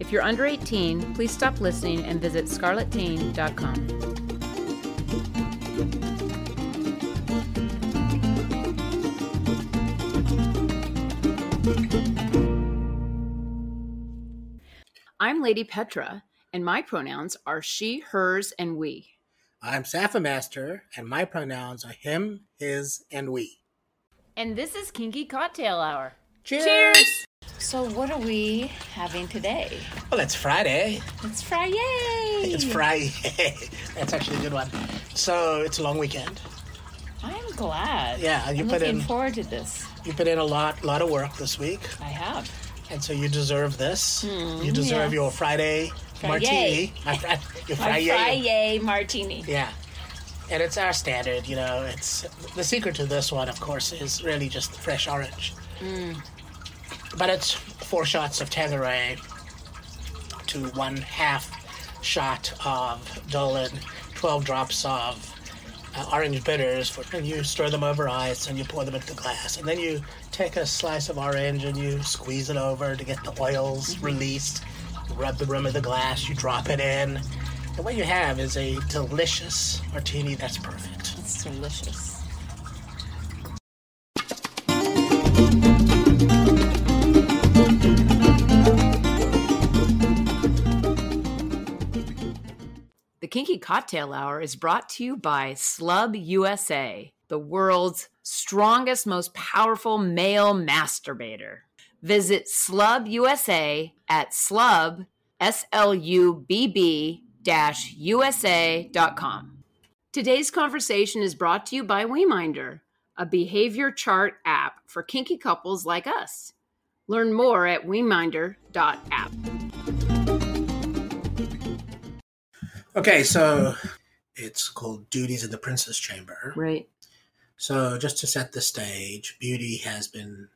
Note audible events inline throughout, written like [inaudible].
If you're under 18, please stop listening and visit scarletteen.com. I'm Lady Petra, and my pronouns are she, hers, and we. I'm Safa Master, and my pronouns are him, his, and we. And this is Kinky Cocktail Hour. Cheers! So, what are we having today? Well, it's Oh, Friday. It's Friday! It's Friday. [laughs] That's actually a good one. So it's a long weekend. I'm glad. Yeah, you I'm put looking in- forward to this. You put in a lot, lot of work this week, I have. and so you deserve this. you deserve Mm-hmm. yeah. your Friday, martini. My Fri- My your Friday. Friday martini. Yeah. And it's our standard, you know. It's the secret to this one, of course, is really just fresh orange. Mm. But it's four shots of Tangeray to one half shot of Dolan, twelve drops of uh, orange bitters, for, and you stir them over ice, and you pour them into the glass, and then you take a slice of orange and you squeeze it over to get the oils released. Rub the rim of the glass, you drop it in, and what you have is a delicious martini that's perfect. It's delicious. The Kinky Cocktail Hour is brought to you by Slub USA, the world's strongest, most powerful male masturbator. Visit Slub USA at slub, S L U B B dash USA.com. Today's conversation is brought to you by WeMinder, a behavior chart app for kinky couples like us. Learn more at WeMinder.app. Okay, so it's called Duties in the Princess Chamber. Right. So, just to set the stage, Beauty has been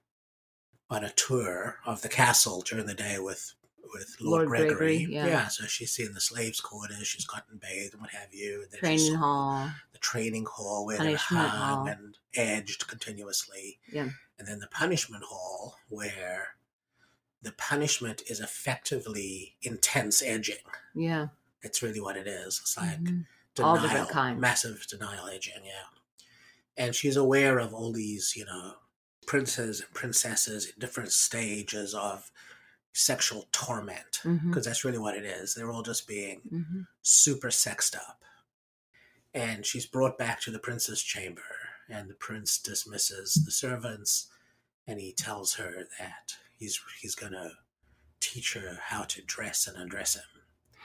on a tour of the castle during the day with with Lord, Lord Gregory. Gregory, yeah. so she's seen the slaves' quarters, she's gotten bathed and what have you. And then she Training saw hall. the training hall where they Punishment hall. hung and edged continuously, Yeah. and then the punishment hall where the punishment is effectively intense edging. Yeah. It's really what it is. It's like Mhm. All denial, different kinds. massive denial agent, yeah. And she's aware of all these, you know, princes and princesses in different stages of sexual torment, because Mhm. that's really what it is. They're all just being Mhm. super sexed up. And she's brought back to the prince's chamber, and the prince dismisses the servants, and he tells her that he's he's gonna teach her how to dress and undress him.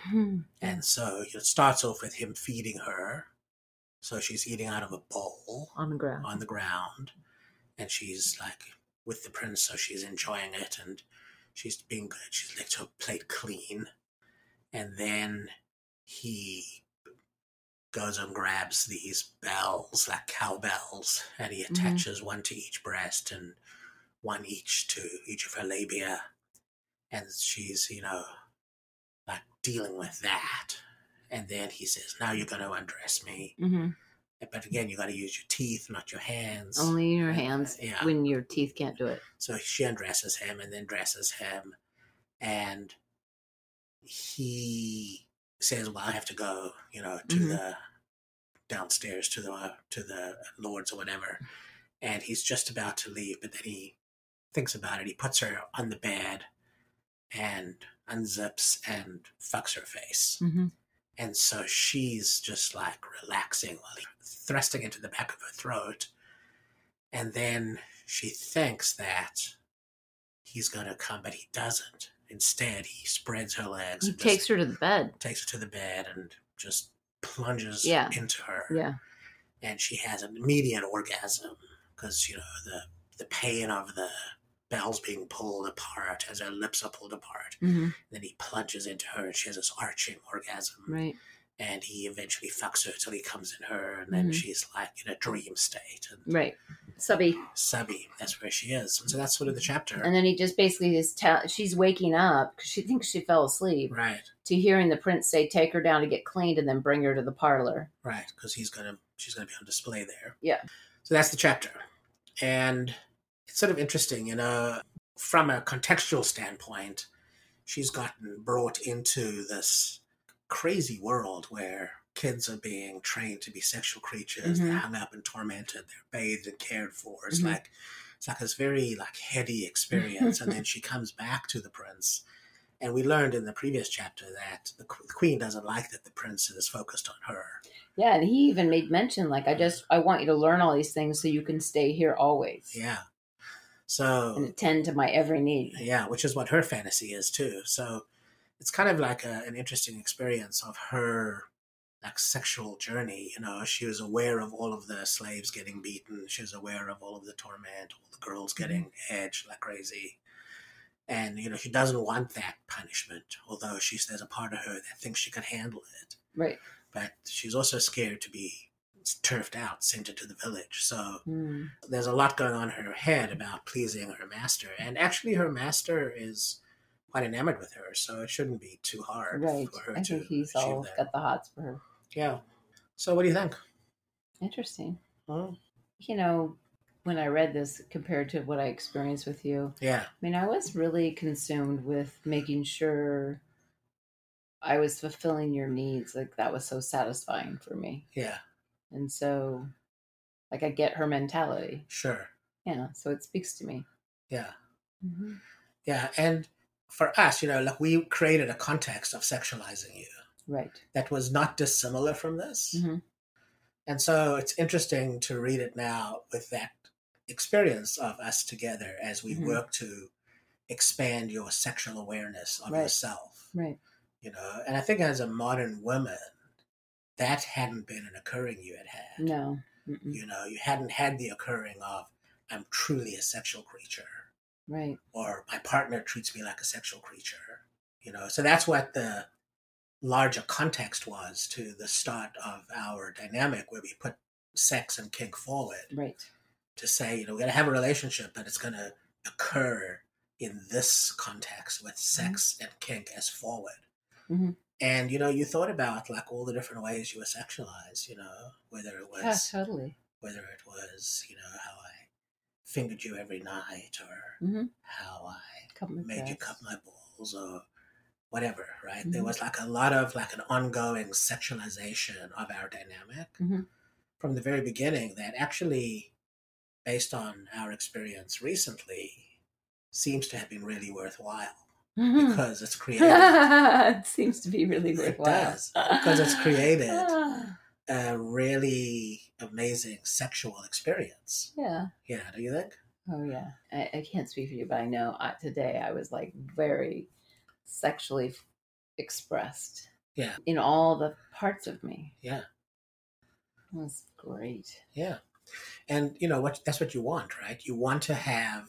Mhm. And so it starts off with him feeding her. So she's eating out of a bowl On the ground. on the ground. And she's like with the prince, so she's enjoying it and she's being good. She's licked her plate clean. And then he goes and grabs these bells, like cowbells, and he attaches one to each breast and one each to each of her labia. And she's, you know, like dealing with that. And then he says, Now you're going to undress me. Mhm. But again, you got to use your teeth, not your hands. Only your hands Yeah. when your teeth can't do it. So she undresses him and then dresses him. And he says, Well, I have to go, you know, to Mhm. the downstairs to the to the lords or whatever. And he's just about to leave, but then he thinks about it. He puts her on the bed and unzips and fucks her face. Mm-hmm. And so she's just like relaxing while he- thrusting into the back of her throat. And then she thinks that he's going to come, but he doesn't. Instead, he spreads her legs. He and just takes her to the bed. takes her to the bed and just plunges Yeah. into her Yeah. and she has an immediate orgasm because you know the the pain of the bells being pulled apart as her lips are pulled apart. hmm Then he plunges into her, and she has this arching orgasm, Right. and he eventually fucks her till he comes in her, and then Mhm. she's like in a dream state. And Right. Subby. Subby, that's where she is. And so that's sort of the chapter, And then he just basically is tell she's waking up because she thinks she fell asleep right? to hearing the prince say, "Take her down to get cleaned and then bring her to the parlor." Right, because he's gonna she's gonna be on display there. Yeah. So that's the chapter, and it's sort of interesting, you know, from a contextual standpoint, she's gotten brought into this crazy world where kids are being trained to be sexual creatures. They're Mhm. hung up and tormented. They're bathed and cared for. It's Mhm. like it's like this very like heady experience, and then she comes back to the prince. And we learned in the previous chapter that the qu- the queen doesn't like that the prince is focused on her. Yeah, and he even made mention like, "I just I want you to learn all these things so you can stay here always Yeah. and So attend to my every need." yeah, which is what her fantasy is too. So it's kind of like a, an interesting experience of her like sexual journey. You know, she was aware of all of the slaves getting beaten. She was aware of all of the torment, all the girls getting edged like crazy. And you know, she doesn't want that punishment. Although she's there's a part of her that thinks she can handle it, Right. but she's also scared to be turfed out, sent into the village. So Mm. there's a lot going on in her head about pleasing her master and actually her master is quite enamored with her so it shouldn't be too hard Right. for her I to think he's achieve all that. got the hots for her. yeah so what do you think Interesting. Hmm? You know, when I read this compared to what I experienced with you, yeah I mean, I was really consumed with making sure I was fulfilling your needs. Like that was so satisfying for me. yeah And so like I get her mentality. sure Yeah, so it speaks to me. yeah Mm-hmm. yeah and for us you know like we created a context of sexualizing you Right. that was not dissimilar from this Mhm. and so it's interesting to read it now with that experience of us together as we Mhm. work to expand your sexual awareness of Right. yourself Right. you know and i think as a modern woman that hadn't been an occurring you had had No. Mm-mm. you know you hadn't had the occurring of i'm truly a sexual creature Right. or my partner treats me like a sexual creature you know so that's what the larger context was to the start of our dynamic where we put sex and kink forward Right. to say you know we're going to have a relationship but it's going to occur in this context with sex and kink as forward Mhm. and you know you thought about like all the different ways you were sexualized you know whether it was Yeah, totally. whether it was you know how i fingered you every night or Mhm. how i Come with made you that. cut my balls or whatever, right? There Mhm. was like a lot of like an ongoing sexualization of our dynamic Mhm. from the very beginning that actually, based on our experience recently, seems to have been really worthwhile [laughs] Mhm. because it's created it seems to be really It worthwhile. does, because it's created. Ah, a really amazing sexual experience. [sighs] yeah. Yeah, do you think? Oh yeah, I, I can't speak for you, but I know I, today I was like very sexually f- expressed. Yeah. in all the parts of me. Yeah. it was great. Yeah. And you know what that's what you want, right? You want to have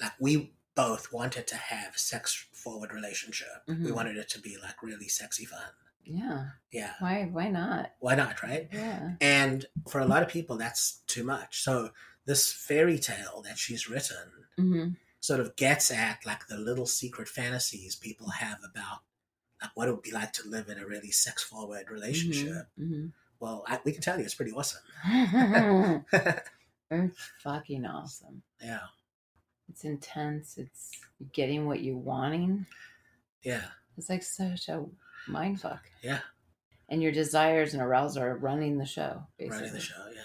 like we both wanted to have a sex forward relationship. We Mhm. wanted it to be like really sexy fun. Yeah, Yeah. why? Why not? Why not, right? Yeah, And for a lot of people that's too much. So this fairy tale that she's written mm-hmm. sort of gets at like the little secret fantasies people have about like what it would be like to live in a really sex forward relationship. Well, I, we can tell you it's pretty awesome. [laughs] [laughs] Mm-hmm. it's fucking awesome. yeah. It's intense. It's getting what you're wanting. Yeah. It's like such a mind fuck. Yeah. And your desires and arousal are running the show. Basically, Running the show, yeah.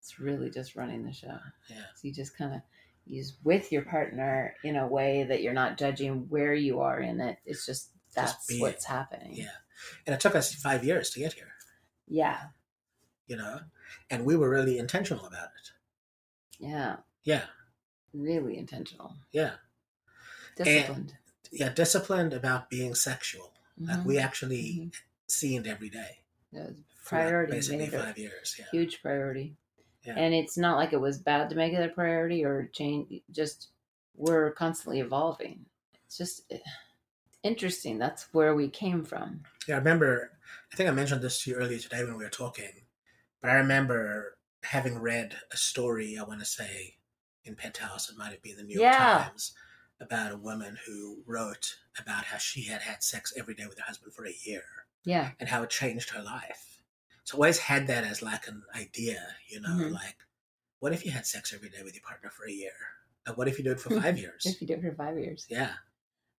it's really just running the show. Yeah. So you just kind of use with your partner in a way that you're not judging where you are in it. It's just that's be what's happening. Yeah. And it took us five years to get here, Yeah. you know? And we were really intentional about it. Yeah. Yeah, Really intentional. yeah. Disciplined. Yeah, disciplined about being sexual. Like Mhm. we actually Mhm. seemed every day. It was for, like, priority. basically made it a five years. Yeah. Huge priority. Yeah. And it's not like it was bad to make it a priority or change. Just we're constantly evolving. It's just eh, interesting. That's where we came from. Yeah, I remember. I think I mentioned this to you earlier today when we were talking, but I remember having read a story. I want to say in Penthouse, it might have been the New York Yeah. Times, about a woman who wrote about how she had had sex every day with her husband for a year Yeah. and how it changed her life. So I always had that as like an idea, you know, Mhm. like what if you had sex every day with your partner for a year? Like, what if you do [laughs] it for five years? If you do it for five years. Yeah,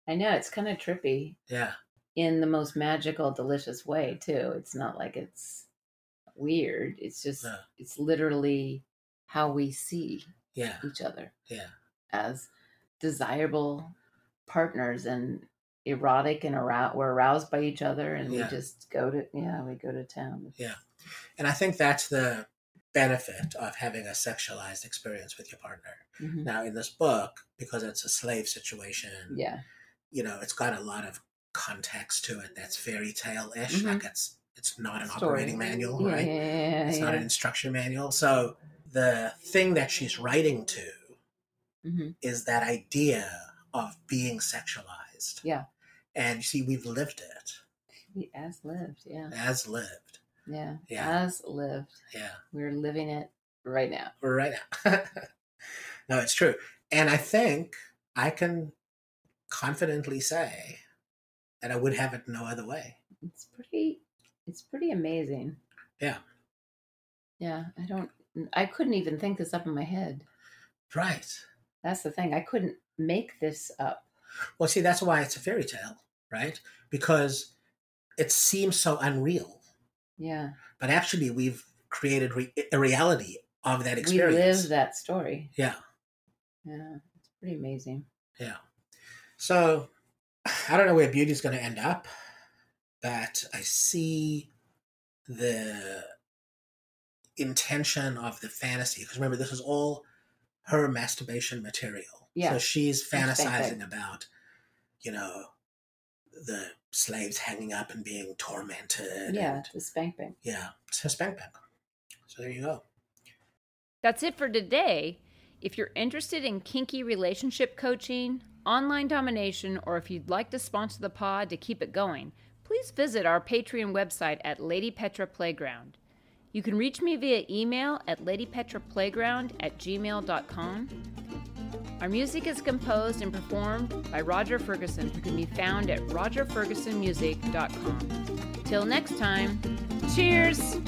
I know. It's kind of trippy yeah, in the most magical, delicious way, too. It's not like it's weird. It's just, No. it's literally how we see yeah, each other yeah. as desirable partners and erotic and aroused. We're aroused by each other and Yeah. we just go to, yeah, we go to town. And I think that's the benefit of having a sexualized experience with your partner. Mhm. Now, in this book, because it's a slave situation, [laughs] Yeah. you know, it's got a lot of context to it that's fairy tale ish. Mhm. Like it's it's not an Story. operating manual, Yeah, right? yeah, yeah, yeah, It's not yeah. an instruction manual. So the thing that she's writing to Mhm. is that idea of being sexualized. Yeah. And you see, we've lived it We As lived. Yeah. as lived. Yeah. Yeah. As lived. Yeah. We're living it right now. right now. [laughs] no, it's true. And I think I can confidently say that I would have it no other way. It's pretty it's pretty amazing. Yeah. Yeah, I don't I couldn't even think this up in my head. Right. That's the thing. I couldn't make this up. Well, see, that's why it's a fairy tale, right? Because it seems so unreal, Yeah. but actually, we've created re- a reality of that We experience. live that story. Yeah. Yeah. It's pretty amazing. So I don't know where beauty's going to end up, but I see the intention of the fantasy. Because remember, this is all her masturbation material. Yeah. So she's That's fantastic. fantasizing about, you know, the slaves hanging up and being tormented. Yeah, and- the spank bank. yeah. It's her spank bank. So there you go. That's it for today. If you're interested in kinky relationship coaching, online domination, or if you'd like to sponsor the pod to keep it going, please visit our Patreon website at Lady Petra Playground. You can reach me via email at ladypetraplayground at gmail.com. Our music is composed and performed by Roger Ferguson, who can be found at rogerfergusonmusic.com. Till next time, cheers!